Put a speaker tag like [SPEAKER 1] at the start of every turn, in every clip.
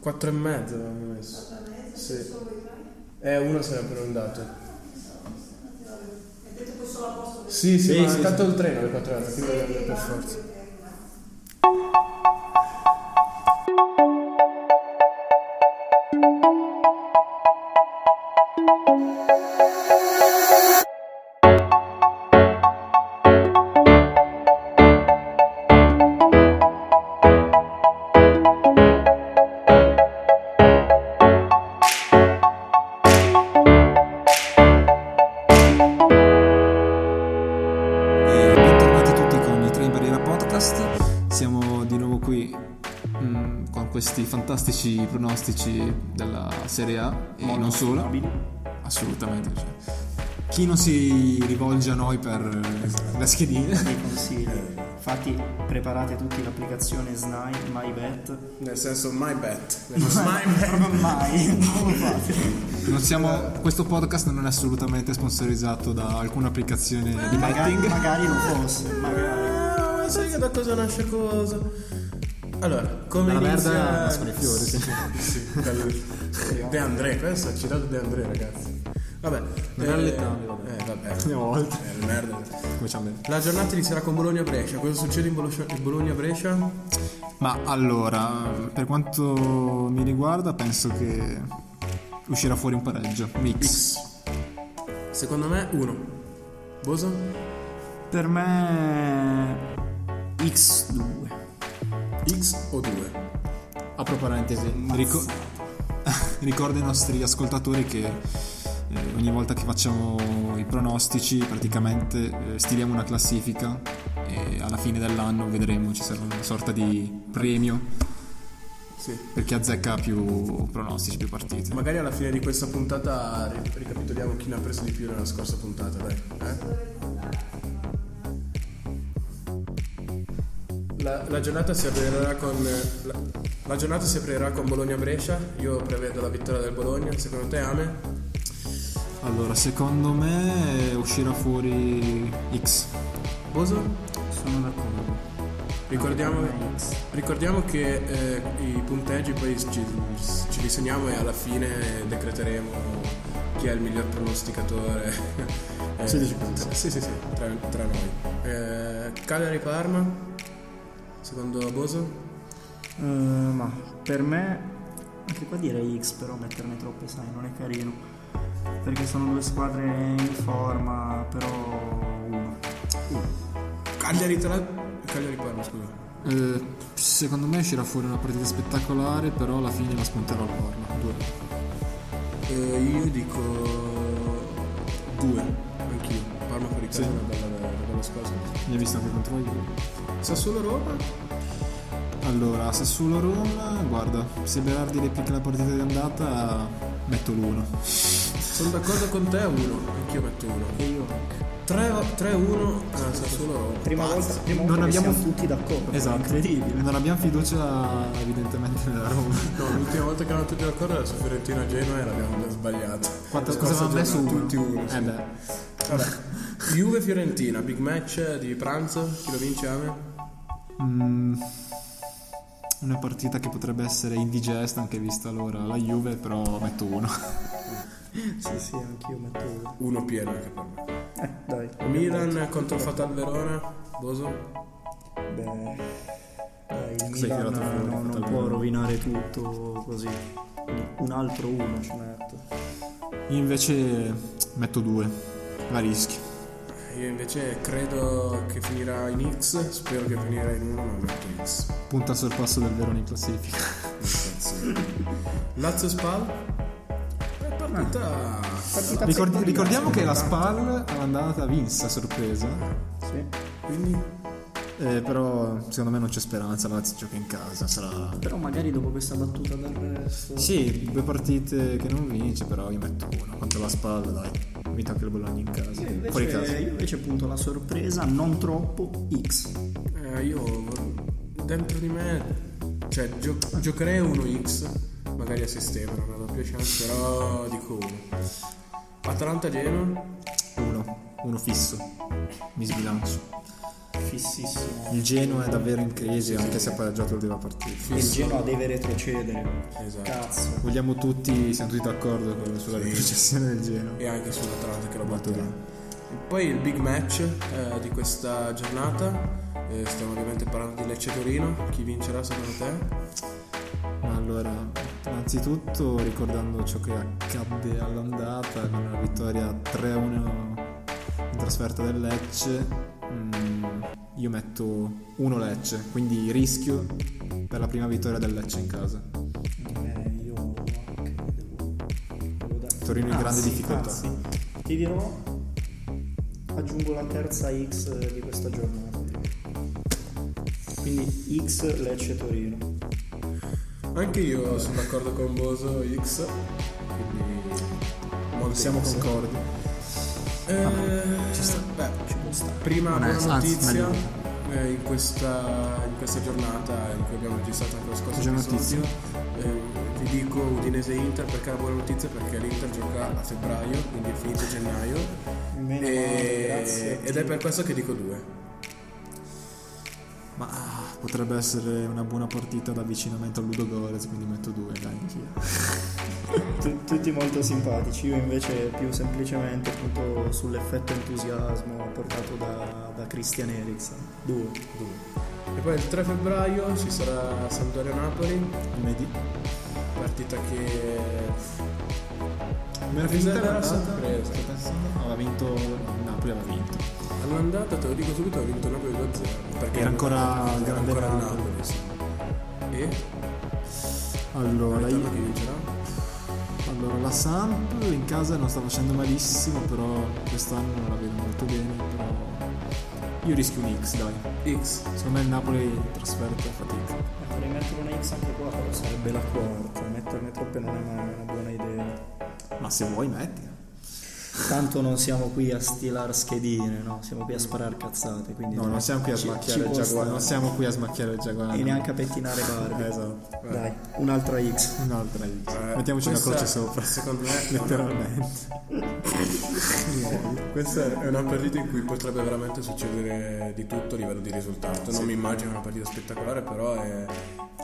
[SPEAKER 1] 4 e mezza avevamo messo. Sì.
[SPEAKER 2] solo i tre? Ah,
[SPEAKER 1] Eh, uno se n'è prenotato.
[SPEAKER 2] Hai detto poi solo a posto del
[SPEAKER 1] Sì, sì,
[SPEAKER 3] Sì,
[SPEAKER 1] ma
[SPEAKER 3] sì,
[SPEAKER 1] tanto
[SPEAKER 3] sì.
[SPEAKER 1] il treno alle 4 e mezza, quindi
[SPEAKER 2] sei,
[SPEAKER 1] dobbiamo andare per
[SPEAKER 2] va anche
[SPEAKER 1] forza.
[SPEAKER 2] bene.
[SPEAKER 3] E bentornati tutti con i Tre in Barriera Podcast. Siamo di nuovo qui mm, con questi fantastici pronostici della Serie A e non solo. Assolutamente. cioè. Chi non si rivolge a noi per eh, la schedina?
[SPEAKER 4] dei consigli. Infatti preparate tutti l'applicazione SNAI, MyBet.
[SPEAKER 1] Nel senso, my bet.
[SPEAKER 4] Proprio mai. Non lo fate.
[SPEAKER 3] Non siamo- questo podcast non è assolutamente sponsorizzato da alcuna applicazione di
[SPEAKER 4] Magari,
[SPEAKER 3] betting.
[SPEAKER 4] magari non fosse, magari.
[SPEAKER 1] Ah, ma sai che da cosa nasce cosa? Allora, come
[SPEAKER 3] Dalla
[SPEAKER 1] inizia...
[SPEAKER 3] merda nascono i fiori, sì.
[SPEAKER 1] sì, quello... De André, questo ha citato De André, ragazzi. Vabbè.
[SPEAKER 3] Non era letale, vabbè.
[SPEAKER 1] Eh, vabbè.
[SPEAKER 3] Andiamo oltre.
[SPEAKER 1] Eh, la merda.
[SPEAKER 3] Come ci ha messo?
[SPEAKER 1] La giornata inizierà con Bologna-Brescia. Cosa succede in Boloscia- in Bologna-Brescia?
[SPEAKER 3] Ma allora, per quanto mi riguarda, penso che uscirà fuori un pareggio. Mix.
[SPEAKER 1] Secondo me, uno. Boso?
[SPEAKER 4] Per me X2.
[SPEAKER 1] X o 2?
[SPEAKER 3] Apro parentesi. Rico- ricordo ai nostri ascoltatori che eh, ogni volta che facciamo i pronostici, praticamente eh, stiliamo una classifica e alla fine dell'anno vedremo, ci sarà una sorta di premio
[SPEAKER 1] Sì.
[SPEAKER 3] per chi azzecca più pronostici, più partite.
[SPEAKER 1] Magari alla fine di questa puntata ri- ricapitoliamo chi ne ha preso di più nella scorsa puntata, dai. eh? La, la giornata si aprirà con. eh, La, la giornata si aprirà con Bologna-Brescia. Io prevedo la vittoria del Bologna. Secondo te, Ame?
[SPEAKER 3] Allora, secondo me eh, uscirà fuori X.
[SPEAKER 1] Boso?
[SPEAKER 4] Sono d'accordo.
[SPEAKER 1] Ricordiamo,
[SPEAKER 4] Per me X.
[SPEAKER 1] ricordiamo che eh, i punteggi poi ci, ci li segniamo e alla fine decreteremo chi è il miglior pronosticatore. Eh,
[SPEAKER 3] Sì, dici così.
[SPEAKER 1] Sì, sì, sì, tra, tra noi. Eh, Cagliari-Parma, secondo Boso?
[SPEAKER 4] Eh, ma per me anche qua direi X però metterne troppe sai non è carino perché sono due squadre in forma però uno
[SPEAKER 1] Cagliari-Tra- Cagliari-Parma, scusa.
[SPEAKER 3] Eh, secondo me uscirà fuori una partita spettacolare, però alla fine la spunterò al Parma. Due.
[SPEAKER 1] Eh, io dico due, anch'io. Parma fuori casa è una bella, una bella squadra.
[SPEAKER 3] Ne hai visto anche contro io.
[SPEAKER 1] Sassuolo-Roma?
[SPEAKER 3] Allora, Sassuolo Roma, guarda, se Berardi replica la partita di andata, metto l'uno.
[SPEAKER 1] Sono d'accordo con te, uno. Anch'io metto uno.
[SPEAKER 4] e io
[SPEAKER 1] 3-1 a Ah, Sassuolo Roma.
[SPEAKER 4] prima volta prima
[SPEAKER 3] Non
[SPEAKER 4] volta
[SPEAKER 3] abbiamo-
[SPEAKER 4] che
[SPEAKER 3] Esatto.
[SPEAKER 4] siamo tutti d'accordo
[SPEAKER 3] incredibile. Non abbiamo fiducia evidentemente nella Roma.
[SPEAKER 1] No, l'ultima volta che erano tutti d'accordo era su Fiorentina Genoa e l'abbiamo sbagliato.
[SPEAKER 3] Quanto
[SPEAKER 1] La
[SPEAKER 3] cosa
[SPEAKER 1] scorsa
[SPEAKER 3] avevamo messo?
[SPEAKER 1] giornata,
[SPEAKER 3] Uno?
[SPEAKER 1] Tutti uno. sì.
[SPEAKER 3] Eh beh,
[SPEAKER 1] Vabbè. Juve Fiorentina, big match di pranzo, chi lo vince Ame?
[SPEAKER 3] mm, una partita che potrebbe essere indigesta anche vista l'ora la Juve, però metto uno.
[SPEAKER 4] sì sì anch'io metto uno
[SPEAKER 1] Uno pieno anche per me.
[SPEAKER 4] eh dai
[SPEAKER 1] Milan contro il Fatal Verona, Boso.
[SPEAKER 4] Beh, dai, il
[SPEAKER 3] Cos'hai tirato
[SPEAKER 4] Milan
[SPEAKER 3] fuori?
[SPEAKER 4] non, non
[SPEAKER 3] Totalmente.
[SPEAKER 4] può rovinare tutto così. Un altro uno ci metto.
[SPEAKER 3] Io invece metto due, la rischi.
[SPEAKER 1] Eh, Io invece credo che finirà in X, spero che finirà in uno, ma metto X.
[SPEAKER 3] Punta al sorpasso del Verona in classifica.
[SPEAKER 1] Lazio Spal? È
[SPEAKER 3] Eh,
[SPEAKER 1] partita...
[SPEAKER 4] Partita
[SPEAKER 3] Ricordi-
[SPEAKER 4] secca,
[SPEAKER 3] ricordiamo che la Spal all'andata vinse a sorpresa.
[SPEAKER 4] Sì.
[SPEAKER 1] Quindi
[SPEAKER 3] Eh, però secondo me non c'è speranza, la Lazio gioca in casa, sarà...
[SPEAKER 4] Però magari dopo questa battuta d'arresto.
[SPEAKER 3] Sì, due partite che non vince, però io metto uno contro la spalla, dai. Mi tocca il Bologna in casa,
[SPEAKER 4] Io invece,
[SPEAKER 3] fuori casa.
[SPEAKER 4] io invece punto la sorpresa, non troppo X.
[SPEAKER 1] Eh, io vor- dentro di me, cioè gio- giocherei uno X, magari a sistema, una doppia chance, però dico uno. Atalanta Genoa,
[SPEAKER 3] Uno, uno fisso. Mi sbilancio.
[SPEAKER 4] fississimo.
[SPEAKER 3] Il Genoa è davvero in crisi, anche se ha pareggiato l'ultima partita.
[SPEAKER 4] Il Genoa deve retrocedere.
[SPEAKER 1] Esatto.
[SPEAKER 4] Cazzo.
[SPEAKER 3] Vogliamo tutti, siamo tutti d'accordo con- sulla retrocessione del Genoa.
[SPEAKER 1] E anche sull'Atalanta che lo
[SPEAKER 3] Molto
[SPEAKER 1] batterà.
[SPEAKER 3] bene.
[SPEAKER 1] Poi il big match eh, di questa giornata. eh, stiamo ovviamente parlando di Lecce Torino. Chi vincerà secondo te?
[SPEAKER 3] Ma Allora, innanzitutto ricordando ciò che accadde all'andata con una vittoria 3-1 in trasferta del Lecce, mm, io metto 1 Lecce, quindi rischio per la prima vittoria del Lecce in casa.
[SPEAKER 4] Eh, io anche devo, devo dare. Ah,
[SPEAKER 3] Torino in grande difficoltà.
[SPEAKER 4] anzi, ti dirò, aggiungo la terza X di questa giornata. Quindi X Lecce Torino.
[SPEAKER 1] Anche io sono d'accordo con Boso X. Quindi. molto
[SPEAKER 3] Siamo
[SPEAKER 1] X.
[SPEAKER 3] concordi.
[SPEAKER 1] Eh, beh, Prima
[SPEAKER 3] Non è-
[SPEAKER 1] buona
[SPEAKER 3] anzi,
[SPEAKER 1] notizia
[SPEAKER 3] meglio.
[SPEAKER 1] eh, in, questa, in questa giornata in cui abbiamo registrato anche lo scorso
[SPEAKER 3] Buona
[SPEAKER 1] episodio eh, vi dico Udinese Inter perché è una buona notizia perché l'Inter gioca a febbraio quindi è finito gennaio
[SPEAKER 4] Meno
[SPEAKER 3] Eh,
[SPEAKER 4] male,
[SPEAKER 1] e,
[SPEAKER 4] grazie.
[SPEAKER 1] ed è per questo che dico due
[SPEAKER 3] Ma ah, potrebbe essere una buona partita d'avvicinamento a Ludo Gorez, quindi metto 2, dai, anch'io.
[SPEAKER 4] Tu- tutti molto simpatici, io invece più semplicemente appunto sull'effetto entusiasmo portato da, da Christian Eriksen. Due.
[SPEAKER 1] e poi il 3 febbraio ci sarà Sampdoria-Napoli
[SPEAKER 3] Lunedì.
[SPEAKER 1] partita che
[SPEAKER 3] Come
[SPEAKER 1] L'Inter
[SPEAKER 3] era finita
[SPEAKER 1] era
[SPEAKER 3] l'andata?
[SPEAKER 1] sorpresa.
[SPEAKER 3] Sto pensando. No, aveva vinto, il Napoli aveva vinto.
[SPEAKER 1] all'andata te lo dico subito ha vinto il Napoli 2-0 perché
[SPEAKER 3] Era ancora il
[SPEAKER 1] era
[SPEAKER 3] grande
[SPEAKER 1] ancora il
[SPEAKER 3] Napoli.
[SPEAKER 1] Napoli sì. e
[SPEAKER 3] Allora,
[SPEAKER 1] ritorno
[SPEAKER 3] io-
[SPEAKER 1] chi vincerà?
[SPEAKER 3] allora, la Samp in casa non sta facendo malissimo, però quest'anno non la vedo molto bene. Però io rischio un X, dai.
[SPEAKER 1] X
[SPEAKER 3] Secondo me il Napoli in trasferta fatica.
[SPEAKER 4] Eh, Potrei mettere una X anche qua, però sarebbe la quarta. Metterne troppe non è mai una buona idea.
[SPEAKER 3] Ma se vuoi mettila.
[SPEAKER 4] Tanto non siamo qui a stilare schedine, no? Siamo qui a sparare cazzate, quindi...
[SPEAKER 3] No, non siamo qui a
[SPEAKER 4] ci-
[SPEAKER 3] smacchiare
[SPEAKER 4] ci
[SPEAKER 3] il
[SPEAKER 4] può
[SPEAKER 3] Jaguar. Non
[SPEAKER 4] stare.
[SPEAKER 3] siamo qui a smacchiare il Jaguar.
[SPEAKER 4] E neanche a pettinare barbe.
[SPEAKER 3] Eh, Esatto.
[SPEAKER 4] Dai, un'altra X.
[SPEAKER 3] Un'altra X.
[SPEAKER 1] Eh,
[SPEAKER 3] Mettiamoci una
[SPEAKER 1] questa,
[SPEAKER 3] croce sopra.
[SPEAKER 1] Secondo me è una-
[SPEAKER 3] Letteralmente.
[SPEAKER 1] questa è una partita in cui potrebbe veramente succedere di tutto a livello di risultato. Non mi immagino una partita spettacolare, però è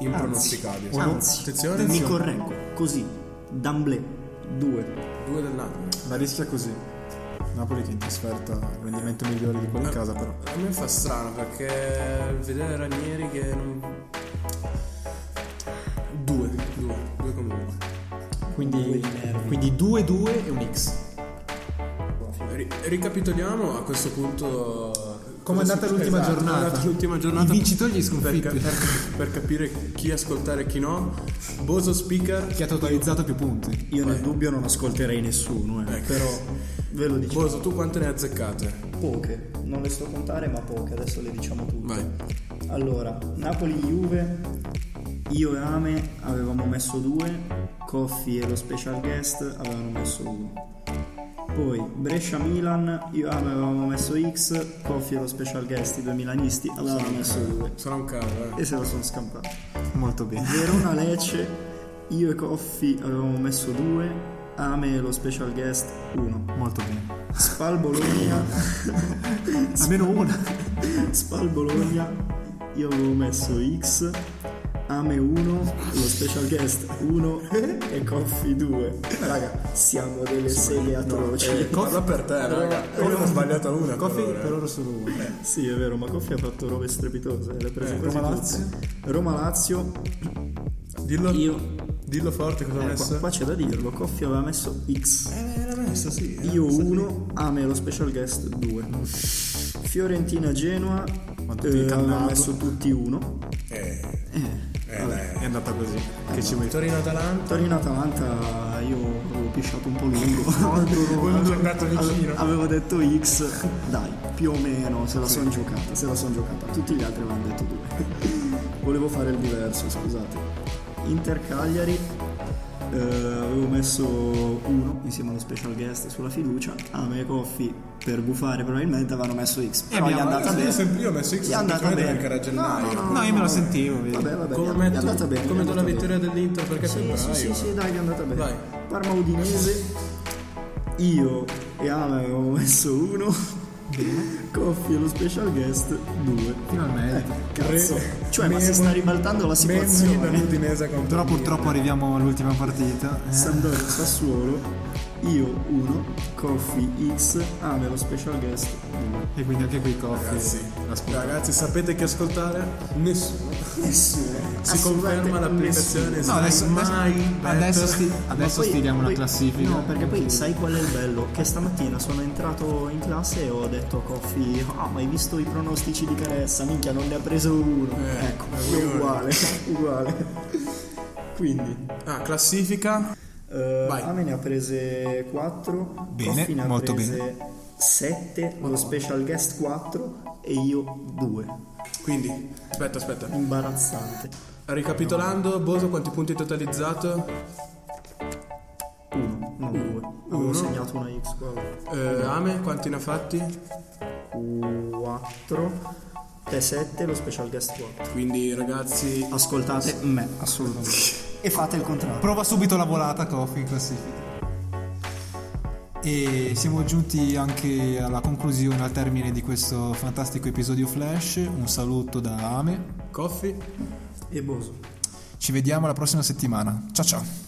[SPEAKER 1] impronosticabile.
[SPEAKER 4] Anzi, anzi,
[SPEAKER 1] attenzione,
[SPEAKER 4] mi
[SPEAKER 1] attenzione.
[SPEAKER 4] correggo, così, D'Amblè, 2.
[SPEAKER 1] due del Napoli.
[SPEAKER 3] La rischia così. Napoli che in trasferta ha un rendimento migliore di
[SPEAKER 1] Ah.
[SPEAKER 3] quello in casa, però.
[SPEAKER 1] Eh, A me fa strano perché vedere Ranieri che non. Due, due, due comunque.
[SPEAKER 3] Quindi quindi 2-2 e un X.
[SPEAKER 1] Ri- ricapitoliamo a questo punto.
[SPEAKER 3] Come è
[SPEAKER 1] cosa
[SPEAKER 3] andata
[SPEAKER 1] succe-
[SPEAKER 3] l'ultima
[SPEAKER 1] esatto,
[SPEAKER 3] giornata.
[SPEAKER 1] Come è andata l'ultima giornata?
[SPEAKER 3] I vincitori e gli
[SPEAKER 1] per,
[SPEAKER 3] sconfitti.
[SPEAKER 1] ca- per- per capire chi ascoltare e chi no. Boso Speaker.
[SPEAKER 3] Chi ha totalizzato più punti?
[SPEAKER 4] Io nel dubbio non ascolterei nessuno, eh,
[SPEAKER 1] Ecco.
[SPEAKER 4] però ve lo dico.
[SPEAKER 1] Boso, tu quante ne hai azzeccate?
[SPEAKER 4] Poche, non le sto a contare ma poche, adesso le diciamo tutte.
[SPEAKER 1] Vai.
[SPEAKER 4] Allora, Napoli-Juve, io e Ame avevamo messo due, Coffi e lo special guest avevano messo uno. Poi Brescia-Milan, io e Ame avevamo messo X, Coffi e lo special guest, i due milanisti, avevano messo due.
[SPEAKER 1] Sarà un cavolo, eh.
[SPEAKER 4] E se lo sono scampato.
[SPEAKER 3] Molto bene.
[SPEAKER 4] Verona-Lecce, io e Coffi avevamo messo due, Ame e lo special guest uno.
[SPEAKER 3] Molto bene.
[SPEAKER 4] Spal Bologna...
[SPEAKER 3] Almeno una.
[SPEAKER 4] Spal Bologna, io avevo messo X, Ame 1, lo special guest 1 e Coffi 2. Raga, siamo delle serie atroci.
[SPEAKER 1] Cosa per te, raga? Io ne ho sbagliata una.
[SPEAKER 3] Coffee
[SPEAKER 1] per
[SPEAKER 3] per
[SPEAKER 1] ora.
[SPEAKER 3] ora solo una.
[SPEAKER 4] Sì, è vero, ma Coffi ha fatto robe strepitose, le ha prese
[SPEAKER 1] Eh,
[SPEAKER 4] quasi
[SPEAKER 3] Roma-Lazio?
[SPEAKER 4] tutte. Roma-Lazio,
[SPEAKER 1] Dillo,
[SPEAKER 4] io...
[SPEAKER 1] dillo forte cosa ho
[SPEAKER 4] eh, qua,
[SPEAKER 1] messo.
[SPEAKER 4] qua c'è da dirlo, Coffi aveva messo X,
[SPEAKER 1] Eh, l'ha messa, sì. eh.
[SPEAKER 4] io 1, Ame lo special guest 2. Fiorentina-Genoa,
[SPEAKER 3] tutti
[SPEAKER 4] eh, aveva
[SPEAKER 3] incannato.
[SPEAKER 4] messo tutti 1.
[SPEAKER 1] Eh, eh,
[SPEAKER 3] È andata così. Che ci vuoi?
[SPEAKER 1] Torino-Atalanta.
[SPEAKER 4] Torino-Atalanta io avevo pisciato un po' lungo.
[SPEAKER 1] Una giornata vicino.
[SPEAKER 3] Ah,
[SPEAKER 4] Avevo detto X, dai, più o meno, se la son giocata, se la son giocata. Tutti gli altri avevano detto due. Volevo fare il diverso, scusate. Inter Cagliari, eh, avevo messo uno insieme allo special guest sulla fiducia. A me e Coffi, per gufare probabilmente, avevano messo X.
[SPEAKER 1] Eh,
[SPEAKER 4] Però gli è
[SPEAKER 3] abbiamo-
[SPEAKER 4] andata
[SPEAKER 1] Io, ho
[SPEAKER 4] bene.
[SPEAKER 1] Ah, sempre- io ho messo X
[SPEAKER 4] Gli è andata
[SPEAKER 1] semplicemente perché era
[SPEAKER 4] bene.
[SPEAKER 1] gennaio.
[SPEAKER 3] No, Ah, io me lo sentivo, vedi.
[SPEAKER 4] Vabbè, vabbè, gli è-
[SPEAKER 1] Come
[SPEAKER 4] gli è andata bene.
[SPEAKER 1] metto,
[SPEAKER 4] gli
[SPEAKER 1] come
[SPEAKER 4] è
[SPEAKER 1] do la
[SPEAKER 4] andata bene.
[SPEAKER 1] vittoria dell'Inter perché
[SPEAKER 4] Sì,
[SPEAKER 1] sembra
[SPEAKER 4] sì, sì, sì, dai, che è andata bene.
[SPEAKER 1] Vai.
[SPEAKER 4] Parma Udinese, io e Ala avevamo messo uno, Coffi e lo special guest 2.
[SPEAKER 5] Finalmente.
[SPEAKER 4] Cazzo.
[SPEAKER 1] Re-
[SPEAKER 4] cioè, ma si sta
[SPEAKER 1] Memo-
[SPEAKER 4] ribaltando la
[SPEAKER 1] Memo
[SPEAKER 4] situazione.
[SPEAKER 1] dall'Udinese
[SPEAKER 5] Però
[SPEAKER 1] contro
[SPEAKER 5] purtroppo arriviamo all'ultima partita. eh.
[SPEAKER 4] Sampdoria Sassuolo, io 1, Coffi X, Ame lo special guest 2.
[SPEAKER 5] E quindi anche qui Coffi.
[SPEAKER 1] Ragazzi,
[SPEAKER 5] ascolta.
[SPEAKER 1] ragazzi, sapete che ascoltare? Nessuno.
[SPEAKER 4] Nessuno.
[SPEAKER 1] Si conferma l'applicazione.
[SPEAKER 5] No, adesso, adesso-
[SPEAKER 1] mai
[SPEAKER 5] adesso,
[SPEAKER 1] detto.
[SPEAKER 5] sti- adesso
[SPEAKER 4] Poi-
[SPEAKER 5] stiliamo una
[SPEAKER 4] poi-
[SPEAKER 5] classifica.
[SPEAKER 4] No, perché poi sai qual è il bello? Che stamattina sono entrato in classe e ho detto a Coffi, ah, ma hai visto i pronostici di Caressa? Minchia, non ne ha preso uno.
[SPEAKER 1] Eh,
[SPEAKER 4] ecco,
[SPEAKER 1] eh,
[SPEAKER 4] uguale, uguale. Quindi,
[SPEAKER 1] Ah, classifica.
[SPEAKER 4] eh,
[SPEAKER 1] Vai.
[SPEAKER 4] Ame ne ha prese 4,
[SPEAKER 5] Bene,
[SPEAKER 4] Coffi ne ha
[SPEAKER 5] molto
[SPEAKER 4] prese 7, lo special guest 4 e io 2.
[SPEAKER 1] Quindi, aspetta, aspetta.
[SPEAKER 4] Imbarazzante.
[SPEAKER 1] Ricapitolando, Boso, quanti punti hai totalizzato?
[SPEAKER 4] 1, non 2. Avevo segnato una X qua.
[SPEAKER 1] Eh, Ame, quanti ne ha fatti?
[SPEAKER 4] 4, te 7, lo special guest 4.
[SPEAKER 1] Quindi, ragazzi,
[SPEAKER 4] Ascoltate Eh, me, assolutamente. e fate il contrario.
[SPEAKER 5] Prova subito la volata Coffi in classifica. E siamo giunti anche alla conclusione, al termine di questo fantastico episodio Flash. Un saluto da Ame.
[SPEAKER 1] Coffi.
[SPEAKER 4] E Boso.
[SPEAKER 5] Ci vediamo la prossima settimana. Ciao ciao.